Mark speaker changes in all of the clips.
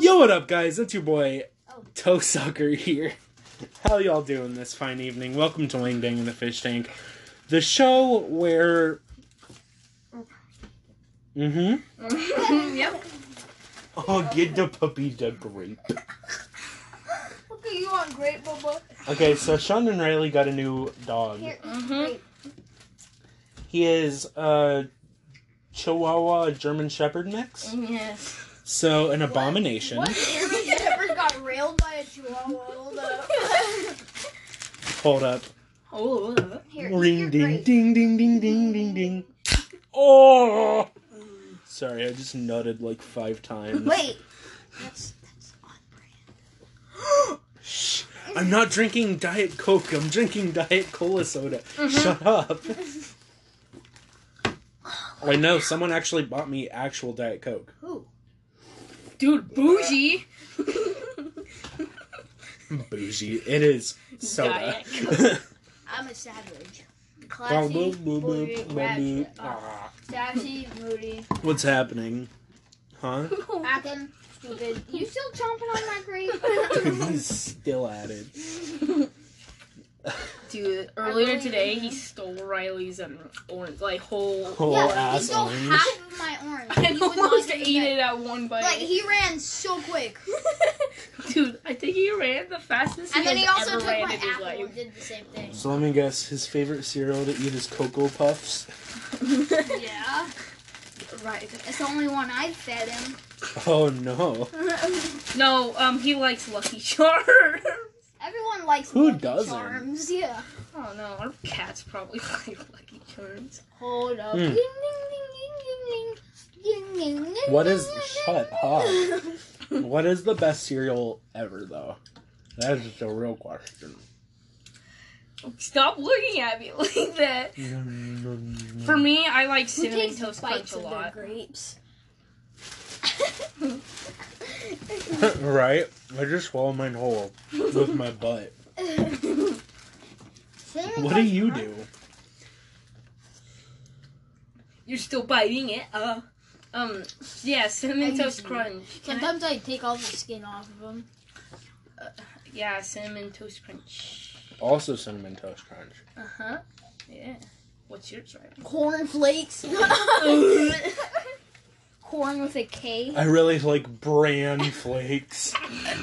Speaker 1: Yo, what up, guys? It's your boy Toe Sucker here. How y'all doing this fine evening? Welcome to Wing Dang in the Fish Tank, the show where. Mm-hmm.
Speaker 2: yep.
Speaker 1: Oh, get the puppy the grape.
Speaker 3: Okay, you want grape, Bubba?
Speaker 1: Okay, so Sean and Riley got a new dog.
Speaker 3: Here,
Speaker 2: Mm-hmm.
Speaker 1: He is a Chihuahua German Shepherd mix,
Speaker 2: Yes.
Speaker 1: so an abomination.
Speaker 3: What German Shepherd got railed by a Chihuahua? Hold up.
Speaker 1: Hold up.
Speaker 2: Oh.
Speaker 3: Here, eat your
Speaker 1: Ring ding
Speaker 3: grape.
Speaker 1: ding ding ding ding ding ding. Oh. Sorry, I just nutted like five times.
Speaker 3: Wait. That's, that's on brand.
Speaker 1: Shh. I'm not drinking Diet Coke. I'm drinking Diet Cola soda.
Speaker 3: Mm-hmm.
Speaker 1: Shut up. I know someone actually bought me actual Diet Coke.
Speaker 3: Who?
Speaker 2: Dude, bougie.
Speaker 1: Bougie. It is soda.
Speaker 2: Diet
Speaker 3: I'm a savage.
Speaker 1: Bow,
Speaker 3: Classy,
Speaker 1: boop, boop, boop,
Speaker 3: moody,
Speaker 1: boop, boop.
Speaker 3: ratchet. Uh,
Speaker 1: Ah.
Speaker 3: Sassy, moody,
Speaker 1: What's happening? Huh?
Speaker 3: acting, stupid. You still chomping on my grape?
Speaker 1: He's still at it.
Speaker 2: Dude,
Speaker 3: I
Speaker 2: earlier
Speaker 3: really
Speaker 2: today
Speaker 3: am.
Speaker 2: he stole Riley's um orange, like whole.
Speaker 1: Whole
Speaker 3: yeah, he
Speaker 1: ass
Speaker 3: stole
Speaker 1: orange.
Speaker 3: half of my orange.
Speaker 2: I
Speaker 3: He would not
Speaker 2: almost
Speaker 3: do
Speaker 2: ate
Speaker 3: that.
Speaker 2: it at one bite.
Speaker 3: Like he ran so quick,
Speaker 2: Dude, I think he ran the fastest
Speaker 3: and
Speaker 2: he
Speaker 3: then he
Speaker 2: has
Speaker 3: also
Speaker 2: ever
Speaker 3: took
Speaker 2: ran
Speaker 3: my
Speaker 2: in his
Speaker 3: apple and
Speaker 2: life.
Speaker 3: did the same thing.
Speaker 1: So let me guess, his favorite cereal to eat is Cocoa Puffs.
Speaker 3: Yeah,
Speaker 2: Right.
Speaker 3: it's the only one I fed him.
Speaker 1: Oh no.
Speaker 2: No, um, he likes Lucky Charms.
Speaker 3: Everyone likes
Speaker 1: Who
Speaker 3: Lucky
Speaker 1: doesn't?
Speaker 3: Charms. Yeah.
Speaker 2: Oh no, our cats probably like Lucky Charms.
Speaker 3: Hold up.
Speaker 1: Hmm.
Speaker 3: Ding, ding, ding, ding, ding, ding. Ding, ding, ding,
Speaker 1: What
Speaker 3: ding,
Speaker 1: is-
Speaker 3: ding,
Speaker 1: shut
Speaker 3: ding,
Speaker 1: up.
Speaker 3: ding.
Speaker 1: What is the best cereal ever, though? That is the real question.
Speaker 2: Stop looking at me like that.
Speaker 1: Mm.
Speaker 2: For me, I like
Speaker 3: Who
Speaker 2: cinnamon
Speaker 3: takes
Speaker 2: toast
Speaker 3: bites
Speaker 2: crunch a
Speaker 3: of their
Speaker 2: lot.
Speaker 3: grapes?
Speaker 1: right? I just swallowed mine whole with my butt.
Speaker 3: Cinnamon
Speaker 1: What do
Speaker 3: Toast
Speaker 1: you
Speaker 3: Crunch?
Speaker 1: do?
Speaker 2: You're still biting it. Uh, um, yeah, cinnamon
Speaker 3: I
Speaker 2: toast
Speaker 3: usually-
Speaker 2: crunch. Can I-
Speaker 3: Sometimes I take all the skin off of them.
Speaker 2: yeah, cinnamon toast crunch.
Speaker 1: Also, cinnamon toast crunch.
Speaker 2: Uh huh. Yeah. What's yours, right?
Speaker 3: Corn flakes. Corn with a K.
Speaker 1: I really like bran flakes.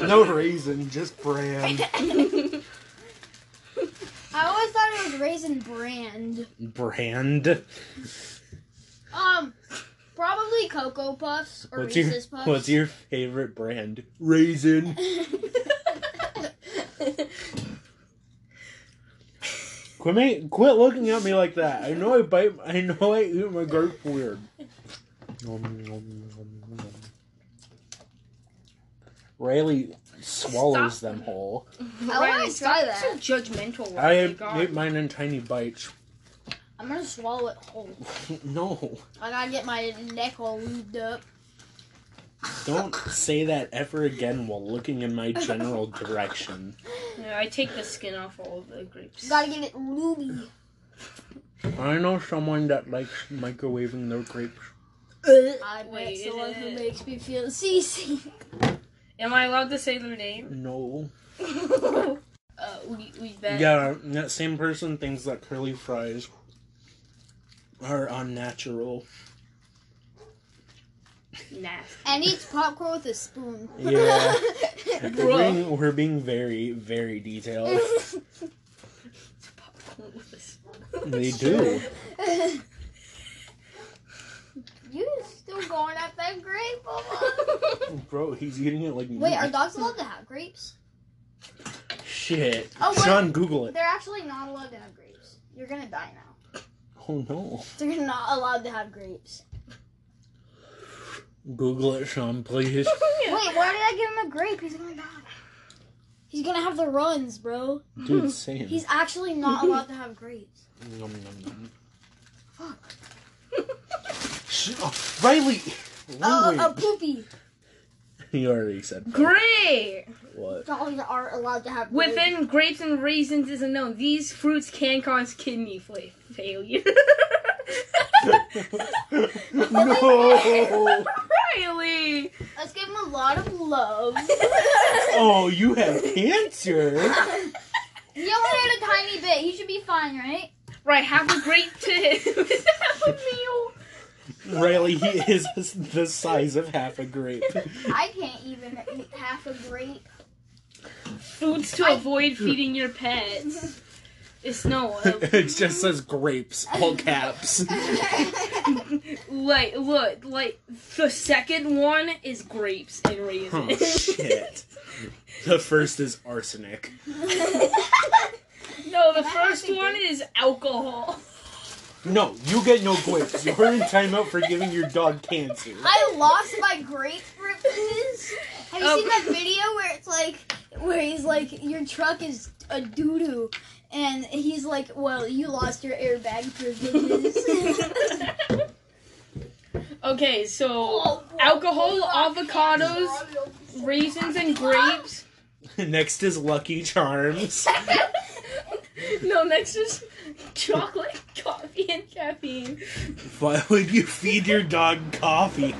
Speaker 1: No raisin, just bran.
Speaker 3: I always thought it was raisin brand.
Speaker 1: Brand.
Speaker 3: Um, probably Cocoa Puffs or
Speaker 1: What's your
Speaker 3: Reese's Puffs.
Speaker 1: What's your favorite brand? Raisin. Quit ma- quit looking at me like that. I know I bite. I know I eat my grape weird. Nom, nom, nom, nom. Riley swallows
Speaker 2: Stop.
Speaker 1: them whole.
Speaker 3: wanna
Speaker 2: Riley,
Speaker 3: try
Speaker 2: stop
Speaker 3: that.
Speaker 2: So judgmental.
Speaker 1: I
Speaker 2: Riley,
Speaker 1: ate
Speaker 2: God.
Speaker 1: mine in tiny bites.
Speaker 3: I'm gonna swallow it whole.
Speaker 1: No,
Speaker 3: I gotta get my neck all lubed up.
Speaker 1: don't say that ever again while looking in my general direction.
Speaker 2: Yeah, I take the skin off all of the grapes.
Speaker 3: Gotta get it luby.
Speaker 1: I know someone that likes microwaving their grapes.
Speaker 3: I bet
Speaker 2: Wait,
Speaker 3: someone
Speaker 2: is
Speaker 3: who
Speaker 2: it-
Speaker 3: makes me feel seasick.
Speaker 2: Am I allowed to say their name?
Speaker 1: No.
Speaker 2: uh, we we bet.
Speaker 1: Yeah, that same person thinks that curly fries are unnatural.
Speaker 2: Nasty.
Speaker 3: And eats popcorn with a spoon.
Speaker 1: Yeah. We're
Speaker 2: Bruh.
Speaker 1: being, we're being very, very detailed.
Speaker 2: It's popcorn with a spoon.
Speaker 1: they do.
Speaker 3: you still going at that grape, Mama?
Speaker 1: Bro, he's eating it like
Speaker 3: Wait, are dogs allowed to have grapes?
Speaker 1: shit.
Speaker 3: Oh, wait.
Speaker 1: Sean, Google it.
Speaker 3: They're actually not allowed to have grapes. You're gonna die now.
Speaker 1: Oh no.
Speaker 3: They're not allowed to have grapes.
Speaker 1: Google it, Sean, please.
Speaker 3: Wait, why did I give him a grape? He's gonna die. He's gonna have the runs, bro.
Speaker 1: Dude, same.
Speaker 3: He's actually not allowed to have grapes.
Speaker 1: Nom, nom, nom. Sh- oh, Riley!
Speaker 3: Oh,
Speaker 1: Language.
Speaker 3: a poopy.
Speaker 1: You already said
Speaker 2: Great.
Speaker 1: what?
Speaker 3: Dogs aren't allowed to have grapes.
Speaker 2: Within grapes and raisins is a no. These fruits can cause kidney fa- failure.
Speaker 1: no!
Speaker 2: Riley,
Speaker 3: Let's give him a lot of love.
Speaker 1: Oh, you have cancer.
Speaker 3: He only had a tiny bit. He should be fine, right?
Speaker 2: Right, have a great day. have a meal.
Speaker 1: Really, he is the size of half a grape.
Speaker 3: I can't even eat half a grape.
Speaker 2: Foods to
Speaker 3: I-
Speaker 2: avoid feeding your pets. It's no
Speaker 1: it just says grapes, all caps.
Speaker 2: like look like the second one is grapes and
Speaker 1: Oh,
Speaker 2: raisins.
Speaker 1: shit. The first is arsenic.
Speaker 2: no, the
Speaker 3: Can I
Speaker 2: first
Speaker 3: have a
Speaker 2: one
Speaker 3: grape?
Speaker 2: is alcohol.
Speaker 1: No, you get no grapes. You're in timeout for giving your dog cancer.
Speaker 3: I lost my grapefruit juice. Have you
Speaker 2: Oh.
Speaker 3: seen that video where it's like, where he's like, your truck is a doo doo, and he's like, well, you lost your airbag privileges.
Speaker 2: okay, so alcohol, avocados, raisins, and grapes.
Speaker 1: Next is Lucky Charms.
Speaker 2: No, next is chocolate, coffee, and caffeine.
Speaker 1: Why would you feed your dog coffee?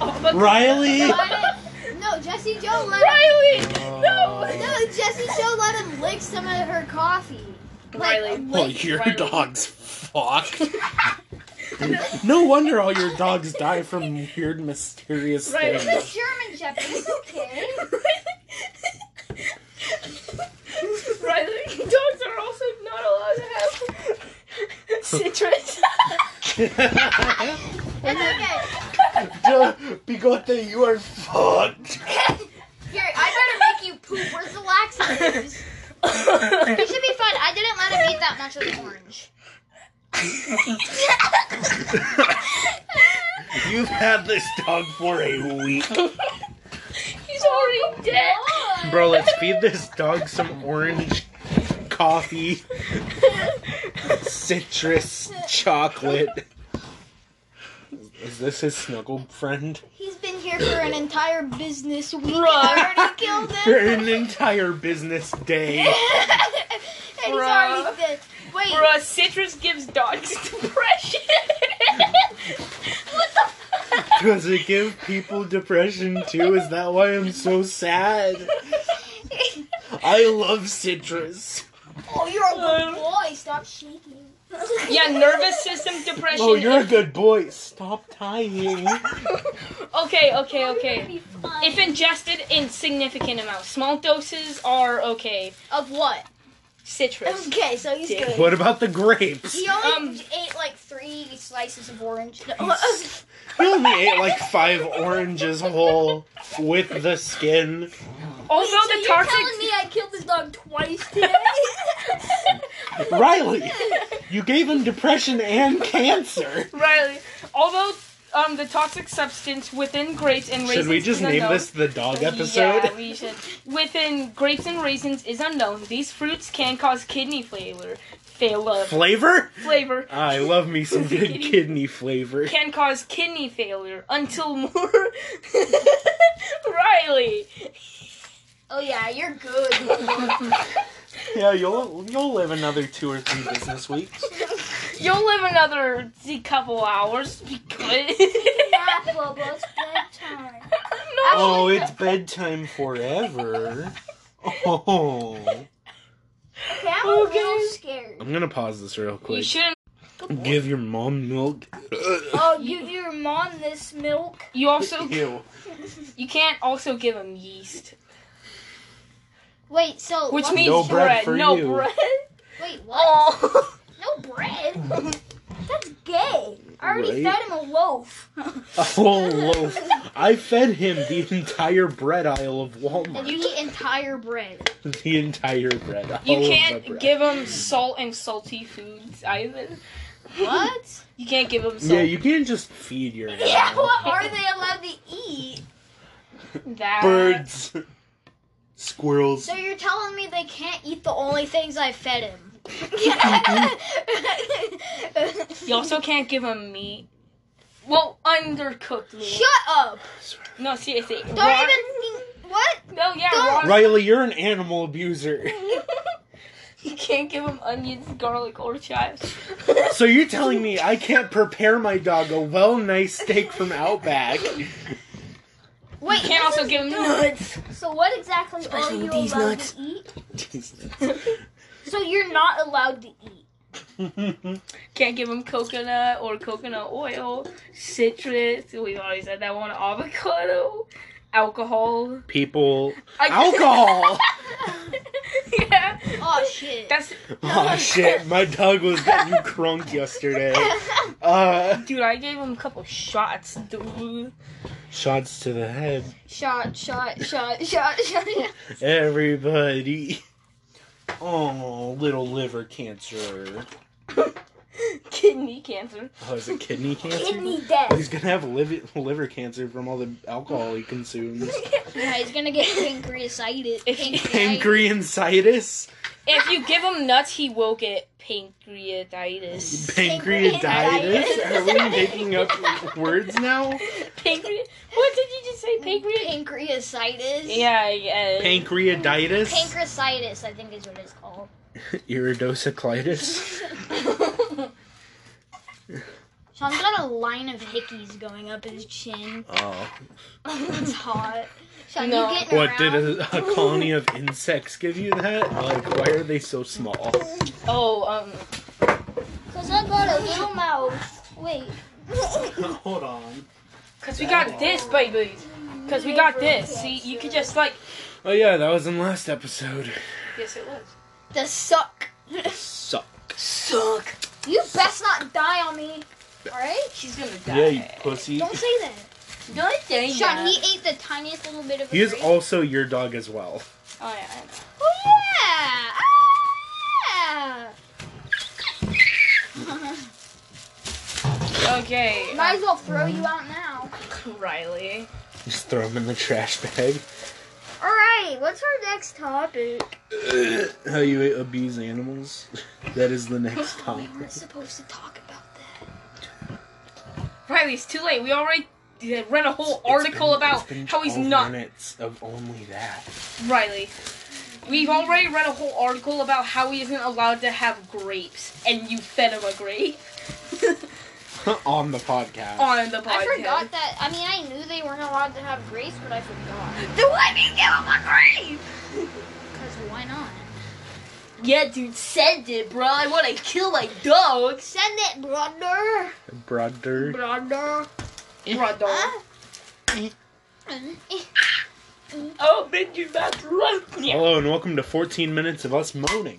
Speaker 2: Avocado-
Speaker 1: Riley!
Speaker 3: Got it? no, Jesse Joe let him.
Speaker 2: Riley!
Speaker 1: Oh.
Speaker 2: No!
Speaker 3: No, Jesse Joe let him lick some of her coffee. Like,
Speaker 2: Riley.
Speaker 1: Oh,
Speaker 3: lick-
Speaker 1: your
Speaker 2: Riley.
Speaker 1: dog's fucked. no wonder all your dogs die from weird, mysterious
Speaker 2: Right.
Speaker 1: things.
Speaker 3: It's a German Shepherd. It's okay.
Speaker 2: Riley, dogs are also not allowed to have citrus.
Speaker 3: It's okay.
Speaker 1: Bigote, you are fucked.
Speaker 3: Here, I better make you poop. Where's the laxatives? It should be fun. I didn't let him eat that much of the orange.
Speaker 1: You've had this dog for a week.
Speaker 2: He's already dead.
Speaker 1: Bro, let's feed this dog some orange coffee, citrus, chocolate. Is this his snuggle friend?
Speaker 3: He's been here for an entire business week. and
Speaker 2: Bruh.
Speaker 3: I already killed
Speaker 1: For
Speaker 3: him.
Speaker 1: an entire business day.
Speaker 3: and he's already
Speaker 2: Bruh.
Speaker 3: dead. Wait,
Speaker 2: Bruh, uh, citrus gives dogs depression. what the fuck?
Speaker 1: Does it give people depression too? Is that why I'm so sad? I love citrus.
Speaker 3: oh, you're a good boy. Stop shaking.
Speaker 2: Um. Yeah, nervous system depression.
Speaker 1: Oh, you're a good boy. Stop tying.
Speaker 2: okay, okay, okay.
Speaker 3: It'll be fine.
Speaker 2: If ingested in significant amounts, small doses are okay.
Speaker 3: of what?
Speaker 2: Citrus.
Speaker 3: Okay, so he's
Speaker 2: Dick.
Speaker 3: good.
Speaker 1: What about the grapes?
Speaker 3: He only
Speaker 2: Um,
Speaker 3: ate like three slices of orange.
Speaker 1: He only ate like five oranges whole with the skin.
Speaker 2: Although
Speaker 3: so
Speaker 2: Oh, the
Speaker 3: you're telling
Speaker 2: toxic.
Speaker 3: me I killed this dog twice today?
Speaker 1: Riley, you gave him depression and cancer.
Speaker 2: Riley, although um, the toxic substance within grapes and raisins.
Speaker 1: Should we just
Speaker 2: is
Speaker 1: name
Speaker 2: unknown-
Speaker 1: this the dog
Speaker 2: Yeah,
Speaker 1: episode?
Speaker 2: we should. Within grapes and raisins is unknown. These fruits can cause kidney failure. Failure.
Speaker 1: Flavor? Ah,
Speaker 2: Flavor
Speaker 1: I love me some good kidney flavor.
Speaker 2: can cause kidney failure until more. Riley.
Speaker 3: oh yeah, you're good.
Speaker 1: Yeah, you'll you'll live another two or three business weeks.
Speaker 2: You'll live another couple hours because.
Speaker 3: yeah, Bubba, it's bedtime.
Speaker 2: no.
Speaker 1: Oh, it's bedtime forever. Oh.
Speaker 3: Okay, I'm a
Speaker 2: Okay.
Speaker 3: little scared.
Speaker 1: I'm gonna pause this real
Speaker 2: You
Speaker 1: quick.
Speaker 2: shouldn't.
Speaker 1: Give your mom milk.
Speaker 3: Oh, give your mom this milk.
Speaker 2: You also.
Speaker 1: Ew.
Speaker 2: You can't also give them yeast,
Speaker 3: Wait, so
Speaker 2: which
Speaker 3: what-
Speaker 2: means
Speaker 1: No bread for
Speaker 2: no
Speaker 1: you.
Speaker 2: bread.
Speaker 3: wait, what?
Speaker 2: Oh.
Speaker 3: No bread. That's gay. I already
Speaker 1: Right?
Speaker 3: fed him a loaf.
Speaker 1: A whole loaf. I fed him the entire bread aisle of Walmart.
Speaker 3: You eat entire bread.
Speaker 1: The entire bread. All
Speaker 2: You
Speaker 1: of the
Speaker 2: can't
Speaker 1: bread.
Speaker 2: give them salt and salty foods either.
Speaker 3: What?
Speaker 2: You can't give them salt.
Speaker 1: Yeah, you can't just feed your
Speaker 3: yeah,
Speaker 1: animal.
Speaker 3: what are they allowed to eat?
Speaker 2: that.
Speaker 1: birds, squirrels.
Speaker 3: So you're telling me they can't eat the only things I fed him?
Speaker 2: You also can't give them meat. Well, undercooked meat.
Speaker 3: Shut up!
Speaker 2: no, seriously.
Speaker 3: Don't
Speaker 2: raw-
Speaker 3: even think, what?
Speaker 2: No, yeah,
Speaker 3: don't-
Speaker 2: raw-
Speaker 1: Riley, you're an animal abuser.
Speaker 2: You can't give them onions, garlic, or chives.
Speaker 1: So you're telling me I can't prepare my dog a well nice steak from Outback?
Speaker 2: Wait, can't also give him nuts.
Speaker 3: So what exactly
Speaker 2: Especially
Speaker 3: are you
Speaker 2: with these
Speaker 3: allowed
Speaker 2: nuts.
Speaker 3: to eat? So you're not allowed to eat.
Speaker 2: Can't give him coconut or coconut oil, citrus. We've already said that one. Avocado, alcohol.
Speaker 1: People.
Speaker 2: I-
Speaker 1: Alcohol!
Speaker 2: yeah,
Speaker 4: Oh shit.
Speaker 2: that's
Speaker 1: oh shit, my dog was getting crunk yesterday. Uh,
Speaker 2: dude. I gave him a couple shots, dude.
Speaker 1: shots to the head.
Speaker 3: Shot, shot, shot, shot, shot.
Speaker 1: Everybody. Oh, little liver cancer.
Speaker 2: Kidney cancer.
Speaker 1: Oh, is it kidney cancer?
Speaker 3: Kidney
Speaker 1: Oh,
Speaker 3: death.
Speaker 1: He's gonna have liver, liver cancer from all the alcohol he consumes.
Speaker 4: Yeah, he's gonna get pancreatitis.
Speaker 2: If you-
Speaker 4: Pancreatitis.
Speaker 1: Pancreatitis?
Speaker 2: If you give him nuts, he will get pancreatitis.
Speaker 1: Pancreatitis? Are we making up words now?
Speaker 2: Pancre? What did you just say? Pancreatitis?
Speaker 3: Pancreatitis.
Speaker 2: Yeah, yeah.
Speaker 1: Pancreatitis?
Speaker 3: Pancreatitis, I think is what it's called.
Speaker 1: Iridociclitis?
Speaker 3: Sean's got a line of hickeys going up his chin.
Speaker 1: Oh.
Speaker 3: it's hot. Sean,
Speaker 2: No.
Speaker 3: you getting
Speaker 1: What,
Speaker 3: around?
Speaker 1: did a, a colony of insects give you that? Like, why are they so small?
Speaker 2: oh, um,
Speaker 3: Cause I got a little mouth. Wait.
Speaker 1: Hold on.
Speaker 2: cause we got this, babies. Cause we got this. See, you could just like.
Speaker 1: Oh, yeah, that was in last episode.
Speaker 2: Yes, it was.
Speaker 3: The suck.
Speaker 1: Suck.
Speaker 2: Suck.
Speaker 3: You best not die on me. Alright?
Speaker 2: She's gonna die.
Speaker 1: Yeah, you pussy.
Speaker 3: Don't say that.
Speaker 2: Don't say
Speaker 3: Sean,
Speaker 2: that.
Speaker 3: he ate the tiniest little bit of a
Speaker 1: He is
Speaker 3: grape.
Speaker 1: also your dog as well.
Speaker 2: Oh yeah, I know.
Speaker 3: Oh Ah, yeah! Ah!
Speaker 2: Okay, um,
Speaker 3: Might as well throw you out now.
Speaker 2: Riley.
Speaker 1: Just throw him in the trash bag.
Speaker 3: All right, what's our next topic?
Speaker 1: How you abuse animals. That is the next topic.
Speaker 3: We weren't supposed to talk about that.
Speaker 2: Riley, it's too late. We already did- read a whole article
Speaker 1: It's been-
Speaker 2: about
Speaker 1: it's been
Speaker 2: how he's
Speaker 1: 12
Speaker 2: not
Speaker 1: Minutes of only that.
Speaker 2: Riley. We've already read a whole article about how he isn't allowed to have grapes, and you fed him a grape
Speaker 1: On the podcast.
Speaker 2: on the podcast.
Speaker 3: Oh, I forgot that. I mean, I knew they weren't allowed to have grace, but I forgot.
Speaker 2: Do let me give him a grape.
Speaker 3: Cause why not?
Speaker 2: Yeah, dude, send it, bro. I want to kill my dogs.
Speaker 3: Send it, brother.
Speaker 1: Brother.
Speaker 3: Brother.
Speaker 2: Bro, dog.
Speaker 3: Hey,
Speaker 2: Oh, man, you're not right. Yeah.
Speaker 1: Hello and welcome to 14 minutes of us moaning.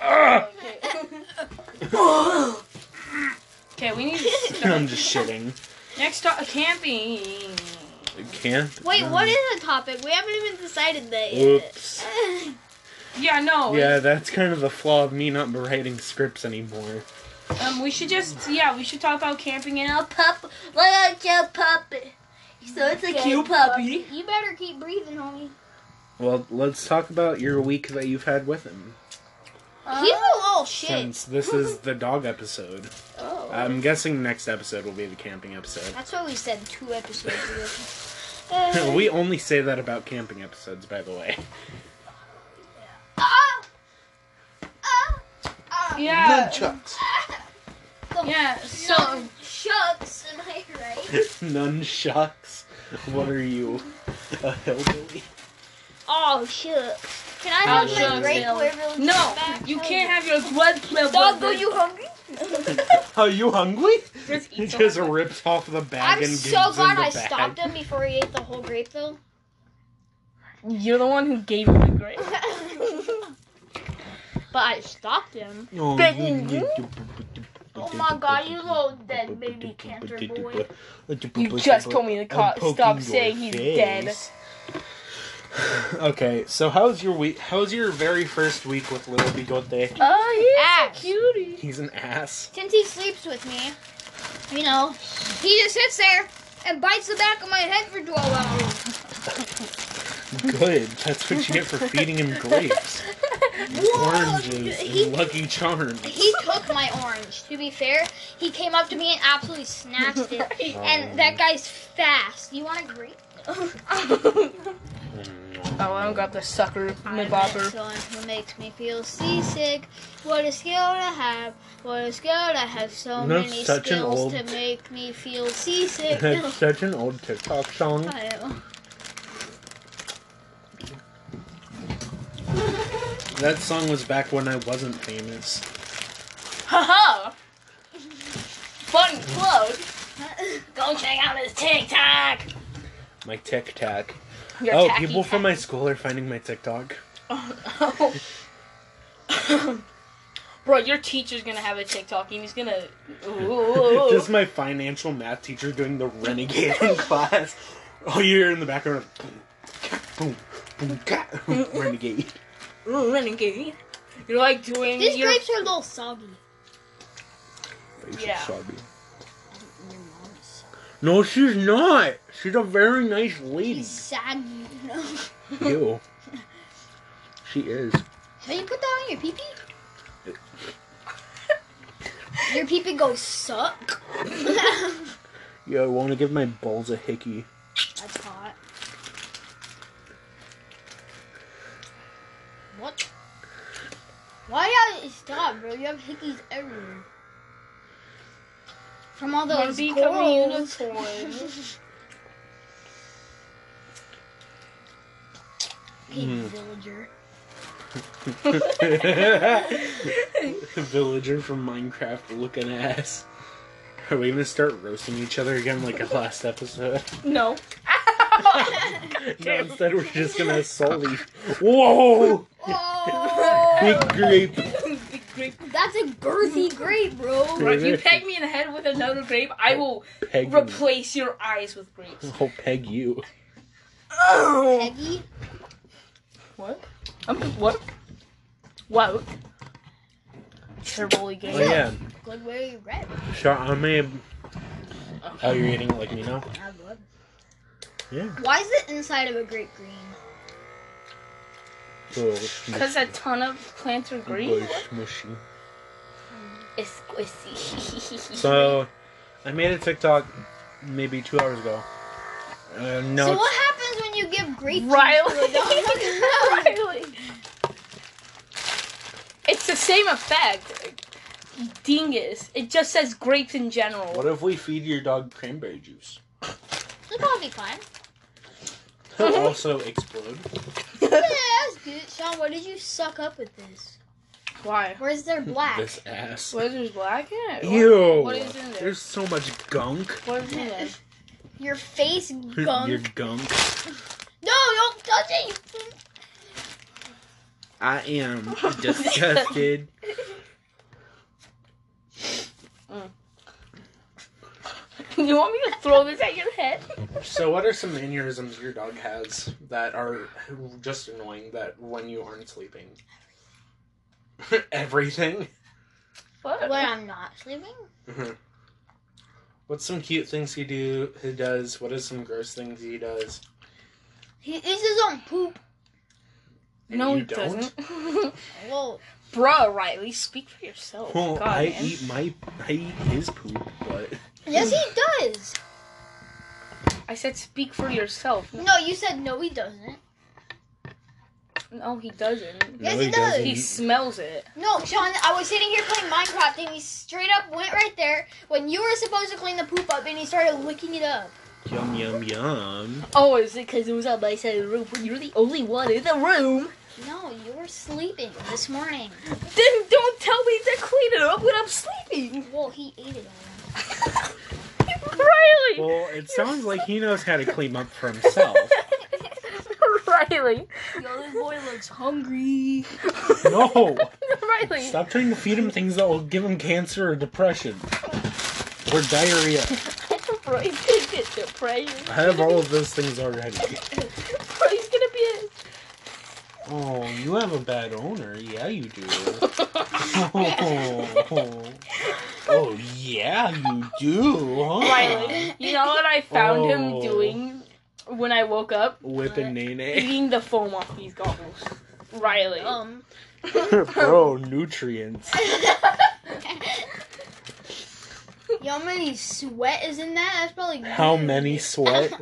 Speaker 1: Ah!
Speaker 2: Okay. okay, we need to stop.
Speaker 1: I'm just shitting.
Speaker 2: Next stop, camping.
Speaker 1: Can't.
Speaker 3: Wait, what is the topic? We haven't even decided that yet.
Speaker 1: Whoops.
Speaker 2: Yeah, no.
Speaker 1: Yeah, that's kind of the flaw of me not writing scripts anymore.
Speaker 2: Um, we should just yeah, we should talk about camping and a pup, like a puppy. So it's a cute puppy.
Speaker 3: You better keep breathing, homie.
Speaker 1: Well, let's talk about your week that you've had with him.
Speaker 2: Uh-huh.
Speaker 3: He's a little shit.
Speaker 1: Since this is the dog episode.
Speaker 3: Oh.
Speaker 1: I'm guessing next episode will be the camping episode.
Speaker 3: That's what we said two episodes ago. Uh,
Speaker 1: we only say that about camping episodes, by the way.
Speaker 2: Uh,
Speaker 3: Ah! Ah! Ah!
Speaker 2: Yeah.
Speaker 1: Nunchucks.
Speaker 2: Yeah. So
Speaker 3: Shucks, am I right?
Speaker 1: Nunchucks. What are you? A hillbilly?
Speaker 3: Oh, shucks. Can I have
Speaker 1: Oh,
Speaker 3: my
Speaker 1: shucks,
Speaker 3: grape
Speaker 2: Bill.
Speaker 3: Waverly
Speaker 2: no,
Speaker 3: back?
Speaker 2: you can't have your blood plug.
Speaker 3: Dog, are you hungry?
Speaker 1: Are you hungry?
Speaker 2: Just
Speaker 1: He
Speaker 2: eat
Speaker 1: just
Speaker 2: some.
Speaker 1: rips off the bag
Speaker 3: I'm
Speaker 1: and gives
Speaker 3: so
Speaker 1: him
Speaker 3: glad
Speaker 1: the
Speaker 3: I
Speaker 1: bag.
Speaker 3: stopped him before he ate the whole grape, though.
Speaker 2: You're the one who gave him the grape.
Speaker 3: but I stopped him.
Speaker 1: Oh,
Speaker 3: Oh my god, you little dead baby cancer boy.
Speaker 2: You just told me to call-
Speaker 1: I'm poking
Speaker 2: stop
Speaker 1: your
Speaker 2: saying he's dead.
Speaker 1: Okay, so how's your week? How's your very first week with Little Bigote?
Speaker 2: Oh,
Speaker 3: Ass.
Speaker 2: he's a cutie.
Speaker 1: He's an ass.
Speaker 3: Since he sleeps with me, you know, he just sits there and bites the back of my head for 12 hours.
Speaker 1: Good. That's what you get for feeding him grapes, oranges,
Speaker 3: He
Speaker 1: and Lucky Charms.
Speaker 3: He took my orange. To be fair, he came up to me and absolutely snatched it.
Speaker 1: Oh.
Speaker 3: And that guy's fast. You want a grape?
Speaker 2: Oh, I don't grab the sucker, my
Speaker 3: I'm
Speaker 2: bopper.
Speaker 3: someone who makes me feel seasick. What a skill to have. What a skill to have so
Speaker 1: That's
Speaker 3: many
Speaker 1: such an
Speaker 3: skills
Speaker 1: old-
Speaker 3: to make me feel seasick.
Speaker 1: That's such an old TikTok song.
Speaker 3: I don't-
Speaker 1: That song was back when I wasn't famous.
Speaker 2: Haha! Fun plug. Go check out his TikTok.
Speaker 1: My TikTok.
Speaker 2: Your
Speaker 1: Oh,
Speaker 2: tacky
Speaker 1: people from
Speaker 2: tack.
Speaker 1: my school are finding my TikTok.
Speaker 2: Oh, no. Bro, your teacher's gonna have a TikTok and he's gonna. Ooh.
Speaker 1: Just my financial math teacher doing the renegade in class. Oh, you hear in the background. Boom, ka, boom, boom, ka, renegade.
Speaker 2: Ooh, renegade. You're like doing
Speaker 4: These
Speaker 2: your.
Speaker 4: grapes are a little soggy.
Speaker 1: Rachel
Speaker 2: Yeah.
Speaker 1: Shelby. No, she's not. She's a very nice lady.
Speaker 4: He's saggy.
Speaker 1: Ew. She is.
Speaker 4: Hey, you put that on your pee pee? your pee pee goes suck. That's
Speaker 1: Yo, I want to give my balls a hickey.
Speaker 4: hot.
Speaker 3: What? Why y'all stop, bro? You have hickeys everywhere. From all
Speaker 2: Wanna
Speaker 3: those
Speaker 2: become a
Speaker 3: corals.
Speaker 2: unicorn.
Speaker 3: Hey,
Speaker 1: Mm.
Speaker 3: villager.
Speaker 1: The villager from Minecraft looking ass. Are we gonna start roasting each other again like the last episode?
Speaker 2: no.
Speaker 1: No, instead we're just gonna solely. Whoa!
Speaker 2: Hmm.
Speaker 3: Oh,
Speaker 1: Big grape.
Speaker 2: Big grape.
Speaker 4: That's a girthy grape, bro.
Speaker 2: Bro, if you peg me in the head with another grape, I will
Speaker 1: Peg. me.
Speaker 2: replace your eyes with grapes.
Speaker 1: I'll peg you.
Speaker 2: Oh.
Speaker 3: Peggy?
Speaker 2: What? I'm what? What? Terrible game.
Speaker 1: Oh yeah.
Speaker 3: Goodberry red.
Speaker 1: Sure. I may. Oh, you're eating it like me now.
Speaker 3: I love it.
Speaker 1: Yeah.
Speaker 3: Why is it inside of a grape green?
Speaker 1: So
Speaker 2: Because a ton of plants are
Speaker 1: Boy,
Speaker 2: green.
Speaker 1: smushy.
Speaker 2: It's squishy.
Speaker 1: So, I made a TikTok maybe two hours ago. Uh, no,
Speaker 3: so
Speaker 1: it's-
Speaker 3: what happens when you give grape juice to a
Speaker 2: Riley.
Speaker 3: dog?
Speaker 2: Riley. It's the same effect. Dingus. It just says grapes in general.
Speaker 1: what if we feed your dog cranberry juice?
Speaker 3: It'll probably be fine.
Speaker 1: He'll also explode.
Speaker 3: Yeah, that's good. Sean, what did you suck up with this?
Speaker 2: Why?
Speaker 3: Where's their black?
Speaker 1: This ass.
Speaker 2: What is there's black in it? What-
Speaker 1: Ew.
Speaker 2: What is in there?
Speaker 1: There's so much gunk.
Speaker 2: What is in there?
Speaker 3: Your face gunk.
Speaker 1: Your gunk.
Speaker 3: No, don't touch it. you-
Speaker 1: I am disgusted.
Speaker 2: You want me to throw this at your head?
Speaker 1: so, what are some aneurysms your dog has that are just annoying that when you aren't sleeping? Everything?
Speaker 2: What?
Speaker 3: When I'm not sleeping?
Speaker 1: Mm-hmm. What's some cute things he do he does? What is some gross things he does?
Speaker 3: He eats his own poop.
Speaker 1: And
Speaker 2: no,
Speaker 1: you
Speaker 2: it
Speaker 1: don't?
Speaker 2: doesn't.
Speaker 3: Whoa.
Speaker 2: Bruh, Riley, speak for yourself.
Speaker 1: Well,
Speaker 2: God,
Speaker 1: I
Speaker 2: man.
Speaker 1: eat my I eat his poop, but
Speaker 3: Yes, he does.
Speaker 2: I said speak for yourself.
Speaker 3: No, you said no, he doesn't.
Speaker 2: No, he doesn't.
Speaker 3: Yes, he does.
Speaker 2: He smells it.
Speaker 3: No, Sean, I was sitting here playing Minecraft and he straight up went right there when you were supposed to clean the poop up and he started licking it up.
Speaker 1: Yum yum yum.
Speaker 2: Oh, is it because it was on my side of the room? But you're the only one in the room.
Speaker 3: No, you were sleeping this morning.
Speaker 2: Then don't tell me to clean it up when I'm sleeping.
Speaker 3: Well, he ate it all.
Speaker 2: Riley.
Speaker 1: Well, it sounds like he knows how to clean up for himself.
Speaker 2: Riley.
Speaker 4: Yo, this boy looks hungry.
Speaker 1: No.
Speaker 2: Riley.
Speaker 1: Stop trying to feed him things that will give him cancer or depression. Or diarrhea.
Speaker 2: Bro, he's gonna get depressed.
Speaker 1: I have all of those things already.
Speaker 2: Bro, he's gonna be a
Speaker 1: Oh, you have a bad owner. Yeah, you do. Oh, oh yeah, you do. Huh?
Speaker 2: Riley. You know what I found
Speaker 1: Oh.
Speaker 2: him doing when I woke up?
Speaker 1: Whip and nene.
Speaker 2: Eating the foam off these goggles. Riley.
Speaker 3: Um,
Speaker 1: Bro, nutrients.
Speaker 3: you know how many sweat is in that? That's probably
Speaker 1: How many sweat?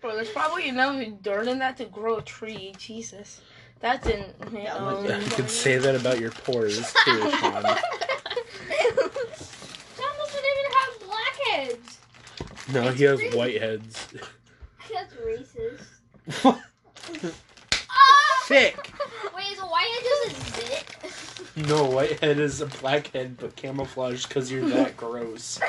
Speaker 2: Bro, there's probably enough dirt in that to grow a tree. Jesus. That's in. Yeah, um,
Speaker 1: Yeah, you could say that about your pores too, Sean.
Speaker 3: Some doesn't even have blackheads.
Speaker 1: No, he has whiteheads.
Speaker 3: That's racist.
Speaker 1: Sick.
Speaker 3: Ah! Wait, is a whitehead just a zit?
Speaker 1: No, whitehead is a blackhead, but camouflage because you're that gross.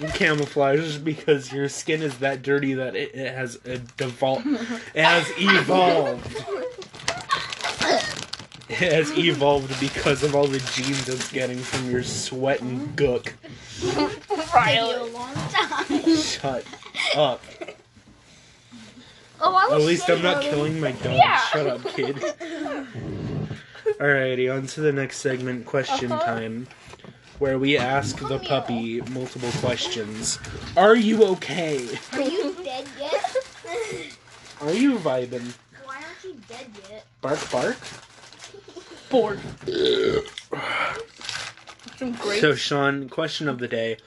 Speaker 1: And camouflage is because your skin is that dirty that it, it has a default. It has evolved. It has evolved because of all the genes it's getting from your sweat and gook.
Speaker 4: Took you a
Speaker 2: Riley.
Speaker 4: long time.
Speaker 1: Shut up.
Speaker 3: Oh, I
Speaker 1: At
Speaker 3: was
Speaker 1: least I'm not
Speaker 3: saying-
Speaker 1: killing my dog.
Speaker 2: Yeah.
Speaker 1: Shut up, kid. Alrighty, on to the next segment, question
Speaker 2: Uh-huh. Oh,
Speaker 1: time, where we ask the puppy multiple questions. Are you okay?
Speaker 3: Are you dead yet?
Speaker 1: Are you vibing?
Speaker 3: Why aren't you dead yet?
Speaker 1: Bark, bark.
Speaker 2: Bored. Some great.
Speaker 1: So, Sean, question of the day: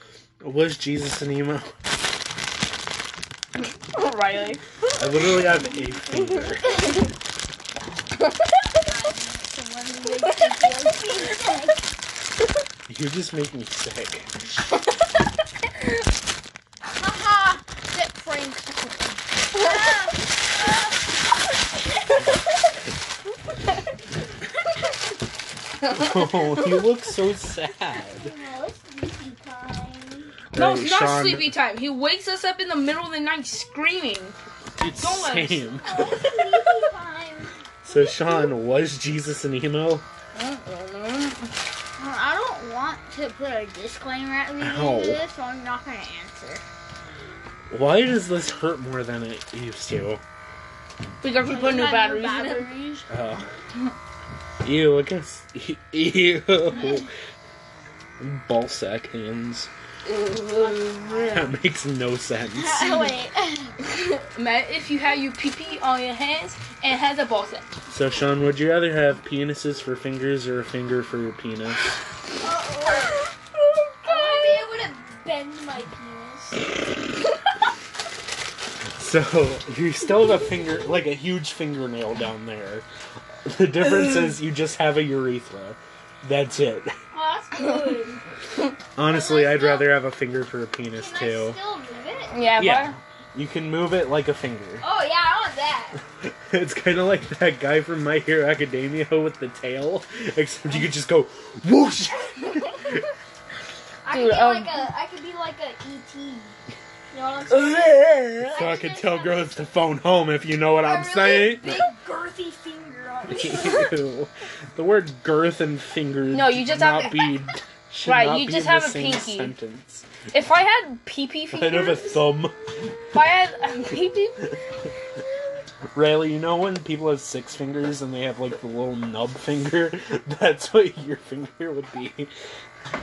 Speaker 1: Was Jesus an emo?
Speaker 2: Riley.
Speaker 1: I literally have a finger.
Speaker 3: Someone who makes you feel sick.
Speaker 1: You just make me sick.
Speaker 3: Haha, that prank.
Speaker 1: Oh, you look so sad.
Speaker 3: No, it's sleepy time.
Speaker 2: No,
Speaker 1: Alright,
Speaker 2: it's not
Speaker 1: Sean,
Speaker 2: sleepy time. He wakes us up in the middle of the night screaming.
Speaker 1: It's
Speaker 2: Don't let us-
Speaker 1: same.
Speaker 3: No, it's sleepy time.
Speaker 1: So, Sean, was Jesus an emo?
Speaker 3: I don't want to put a disclaimer at the
Speaker 1: Ow.
Speaker 3: end of this, so I'm not gonna answer.
Speaker 1: Why does this hurt more than it used to?
Speaker 2: Because we put new batteries in it.
Speaker 1: Uh, Oh. ew, I guess. Ew. Ball sack hands. That makes no sense.
Speaker 3: Oh, Wait.
Speaker 2: Matt, if you have your pee pee on your hands and has a ball sack.
Speaker 1: So, Sean, would you rather have penises for fingers or a finger for your penis?
Speaker 3: I want to be able to bend my penis.
Speaker 1: So, you still have a finger, like a huge fingernail down there. The difference is you just have a urethra. That's it.
Speaker 3: Oh, that's good.
Speaker 1: Honestly, I'd rather have a finger for a penis,
Speaker 3: Can I
Speaker 1: too.
Speaker 3: still move it?
Speaker 2: Yeah,
Speaker 1: Yeah. You can move it like a finger.
Speaker 3: Oh yeah, I want that.
Speaker 1: It's kind of like that guy from My Hero Academia with the tail, except you could just go whoosh.
Speaker 3: I
Speaker 2: Dude,
Speaker 3: could be
Speaker 2: um,
Speaker 3: like a, I could be like a ET. You know what I'm
Speaker 2: but-
Speaker 3: saying?
Speaker 1: So I could tell girls to phone home if you know what I'm
Speaker 3: a really
Speaker 1: saying.
Speaker 3: Big girthy finger on it.
Speaker 1: Ew. the word girth and finger.
Speaker 2: No, you
Speaker 1: should
Speaker 2: just
Speaker 1: not
Speaker 2: have-
Speaker 1: be. should
Speaker 2: Right,
Speaker 1: not
Speaker 2: you
Speaker 1: be
Speaker 2: just
Speaker 1: in the
Speaker 2: have a
Speaker 1: same
Speaker 2: pinky.
Speaker 1: Sentence.
Speaker 2: If I had pee pee
Speaker 1: I have a
Speaker 2: fingers,
Speaker 1: thumb.
Speaker 2: if I had a pee pee,
Speaker 1: Riley, you know when people have six fingers and they have like the little nub finger? That's what your finger would be.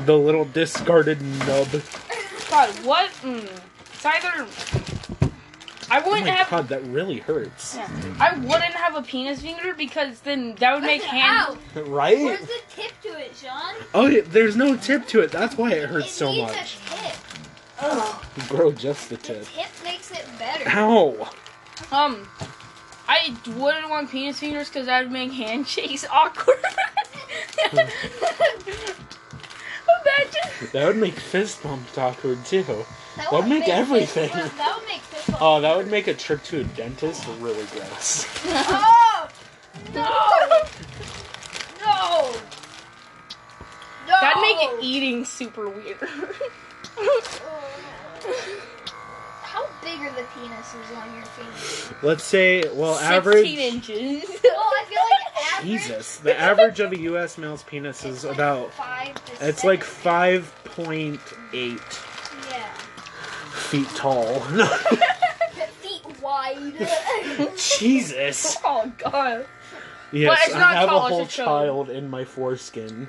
Speaker 1: The little discarded nub. Oh
Speaker 2: God, what? Mm, it's either I
Speaker 1: Oh
Speaker 2: wouldn't
Speaker 1: my
Speaker 2: have,
Speaker 1: god, that really hurts.
Speaker 2: I wouldn't have a penis finger because then that would make hand.
Speaker 3: Ow!
Speaker 1: Right?
Speaker 3: There's a tip to it, Sean.
Speaker 1: Oh, yeah, there's no tip to it. That's why it hurts
Speaker 3: it
Speaker 1: so
Speaker 3: needs
Speaker 1: much.
Speaker 3: a tip.
Speaker 1: Grow just the
Speaker 3: The
Speaker 1: tip.
Speaker 3: tip makes it better.
Speaker 1: Ow!
Speaker 2: Um, I wouldn't want penis fingers because that would make handshakes awkward. Imagine.
Speaker 1: That would make fist bumps awkward too.
Speaker 3: That
Speaker 1: would make
Speaker 3: fist-
Speaker 1: everything.
Speaker 3: that would make fist bump.
Speaker 1: Oh, that would make a trip to a dentist really gross.
Speaker 3: Oh! No! No! Oh, No!
Speaker 2: That'd make eating super weird. e-
Speaker 3: How big are the penises on your fingers?
Speaker 1: Let's say, well,
Speaker 2: 16
Speaker 1: average.
Speaker 2: inches.
Speaker 3: Well, I feel like average.
Speaker 1: Jesus, the average of a U.S. male's penis
Speaker 3: is
Speaker 1: is
Speaker 3: like
Speaker 1: about.
Speaker 3: Five to
Speaker 1: It's
Speaker 3: seven.
Speaker 1: like five point eight
Speaker 3: Yeah.
Speaker 1: feet tall.
Speaker 3: The feet wide.
Speaker 1: Jesus.
Speaker 2: Oh god.
Speaker 1: Yes,
Speaker 2: it's
Speaker 1: I
Speaker 2: not
Speaker 1: have a
Speaker 2: tall, it's a
Speaker 1: whole
Speaker 2: chub.
Speaker 1: child in my foreskin.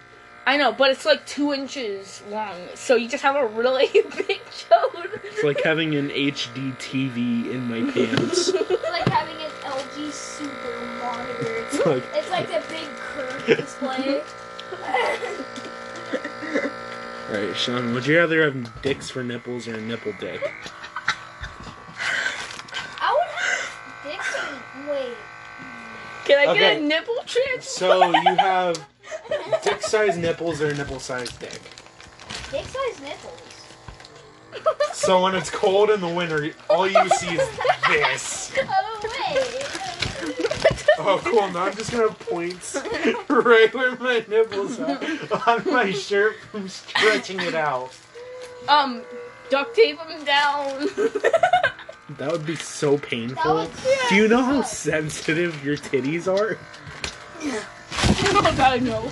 Speaker 2: I know, but it's like two inches long, so you just have a really big chode.
Speaker 1: It's like having an HD TV in my pants.
Speaker 3: it's like having an LG super monitor.
Speaker 1: It's like
Speaker 3: It's like a big curved display.
Speaker 1: Alright, Sean, would you rather have dicks for nipples or a nipple dick?
Speaker 3: I
Speaker 2: I get
Speaker 1: Okay.
Speaker 2: a nipple transplant?
Speaker 1: So you have dick sized nipples or nipple sized dick.
Speaker 3: Dick size nipples.
Speaker 1: So when it's cold in the winter, all you see is this.
Speaker 3: Oh wait.
Speaker 1: Oh, cool. Now I'm just gonna have points right where my nipples are on my shirt from stretching it out.
Speaker 2: um, duct tape them down.
Speaker 1: That would be so
Speaker 3: That
Speaker 1: painful.
Speaker 3: was
Speaker 1: Do you know how sensitive your titties are?
Speaker 2: oh god, no.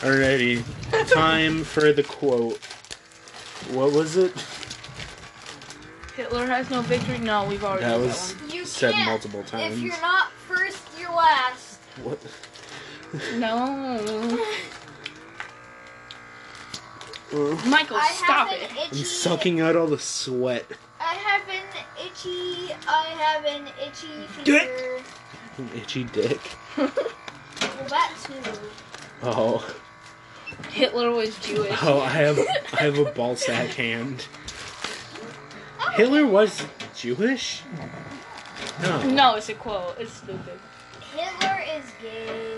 Speaker 1: Alrighty, time for the quote. What was it?
Speaker 2: Hitler has no victory. No, we've already
Speaker 1: That
Speaker 2: done
Speaker 1: was
Speaker 3: you
Speaker 1: said
Speaker 3: can't.
Speaker 1: multiple
Speaker 3: If
Speaker 1: times.
Speaker 3: you're not first, you're last.
Speaker 1: What?
Speaker 2: that one. No.
Speaker 1: Ugh.
Speaker 2: Michael,
Speaker 3: I
Speaker 2: Oh, stop
Speaker 3: have
Speaker 2: it.
Speaker 3: an itchy.
Speaker 1: I'm sucking out all the sweat.
Speaker 3: I have an itchy. I have an itchy
Speaker 1: Dick.
Speaker 3: fever.
Speaker 1: An itchy dick.
Speaker 3: Well, that too.
Speaker 1: Oh,
Speaker 2: Hitler was Jewish.
Speaker 1: oh, I have, I have a ball sack hand. Hitler was Jewish. No,
Speaker 2: No, it's a quote. It's stupid.
Speaker 3: Hitler is gay.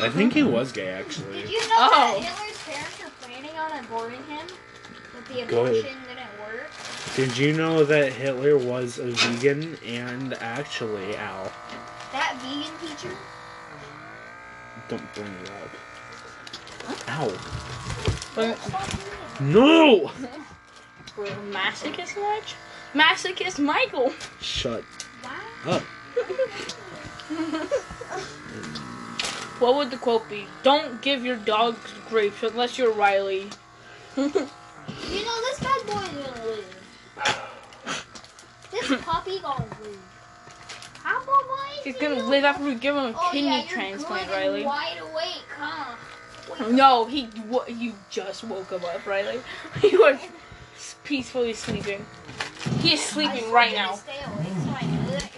Speaker 1: I think he was gay
Speaker 3: Did
Speaker 1: actually.
Speaker 3: you know
Speaker 2: Oh.
Speaker 3: that Hitler's parents are planning on aborting him? But the
Speaker 1: Go ahead.
Speaker 3: abortion didn't work.
Speaker 1: Did you know that Hitler was a vegan and actually, ow,
Speaker 3: That vegan teacher?
Speaker 1: don't bring it up. Ow.
Speaker 2: But
Speaker 3: Stop doing it.
Speaker 1: No!
Speaker 2: we're masochist much? Masochist Michael.
Speaker 1: Shut
Speaker 3: Wow.
Speaker 1: up.
Speaker 2: What would the quote be? Don't give your dogs grapes unless you're Riley.
Speaker 3: You know, this bad boy is gonna leave. This puppy gonna leave. How about my
Speaker 2: He's gonna live after we give him a
Speaker 3: oh,
Speaker 2: kidney
Speaker 3: yeah, you're
Speaker 2: transplant,
Speaker 3: good and
Speaker 2: Riley.
Speaker 3: wide awake, huh?
Speaker 2: No, he. What, you just woke him up, Riley. He was peacefully sleeping. He is sleeping
Speaker 3: I
Speaker 2: right
Speaker 3: told you to
Speaker 2: now.
Speaker 3: Stay awake so I know that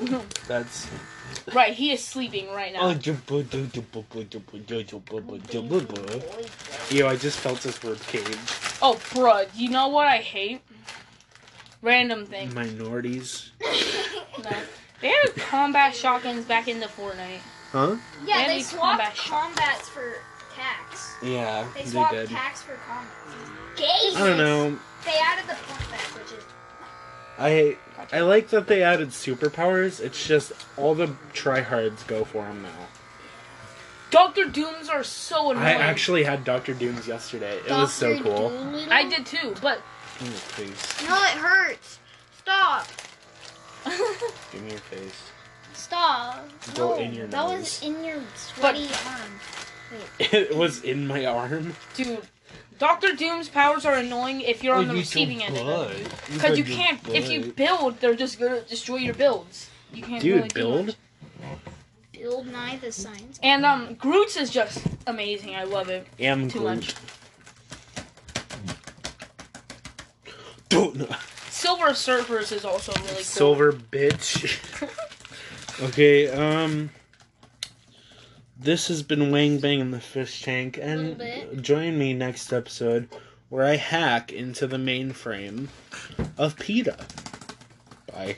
Speaker 3: you're not.
Speaker 1: That's. oh,
Speaker 2: Right, he is sleeping right now.
Speaker 1: Yo,
Speaker 3: Boy,
Speaker 1: I just felt this word cage.
Speaker 2: Oh, bruh, you know what I hate? Random thing.
Speaker 1: Minorities.
Speaker 2: No. They had combat shotguns back in the Fortnite.
Speaker 1: Huh?
Speaker 3: Yeah,
Speaker 2: They
Speaker 3: they,
Speaker 2: need
Speaker 3: swapped
Speaker 2: combat shot.
Speaker 3: combats for tax.
Speaker 1: Yeah,
Speaker 3: They
Speaker 1: they
Speaker 3: swapped
Speaker 1: did.
Speaker 3: tax for combats.
Speaker 1: I don't know.
Speaker 3: They added the point back, which is
Speaker 1: I I like that they added superpowers. It's just all the tryhards go for them now.
Speaker 2: Doctor Dooms are so annoying.
Speaker 1: I actually had Doctor Dooms yesterday. It was so cool.
Speaker 2: I did too, but
Speaker 1: Give me your face.
Speaker 3: No, it hurts. Stop.
Speaker 1: Give me your face.
Speaker 3: Stop.
Speaker 1: Go
Speaker 3: no,
Speaker 1: in your
Speaker 3: that
Speaker 1: nose.
Speaker 3: was in your sweaty arm.
Speaker 1: It was in my arm.
Speaker 2: dude, Doctor Doom's powers are annoying if
Speaker 1: Oh,
Speaker 2: you're on the receiving end. of it. Because you can't. If you build, they're just gonna destroy your builds. You can't
Speaker 1: Dude,
Speaker 2: really do
Speaker 1: build?
Speaker 2: much.
Speaker 3: Build Nye the Science.
Speaker 2: And um, Groot's is just amazing. I love it.
Speaker 1: am
Speaker 2: Too
Speaker 1: Groot.
Speaker 2: much.
Speaker 1: Don't know.
Speaker 2: Silver Surfers is also really cool.
Speaker 1: Silver bitch. okay, um this has been Wang Bang in the Fish Tank and
Speaker 3: Little
Speaker 1: join me next episode where I hack into the mainframe of PETA. Bye.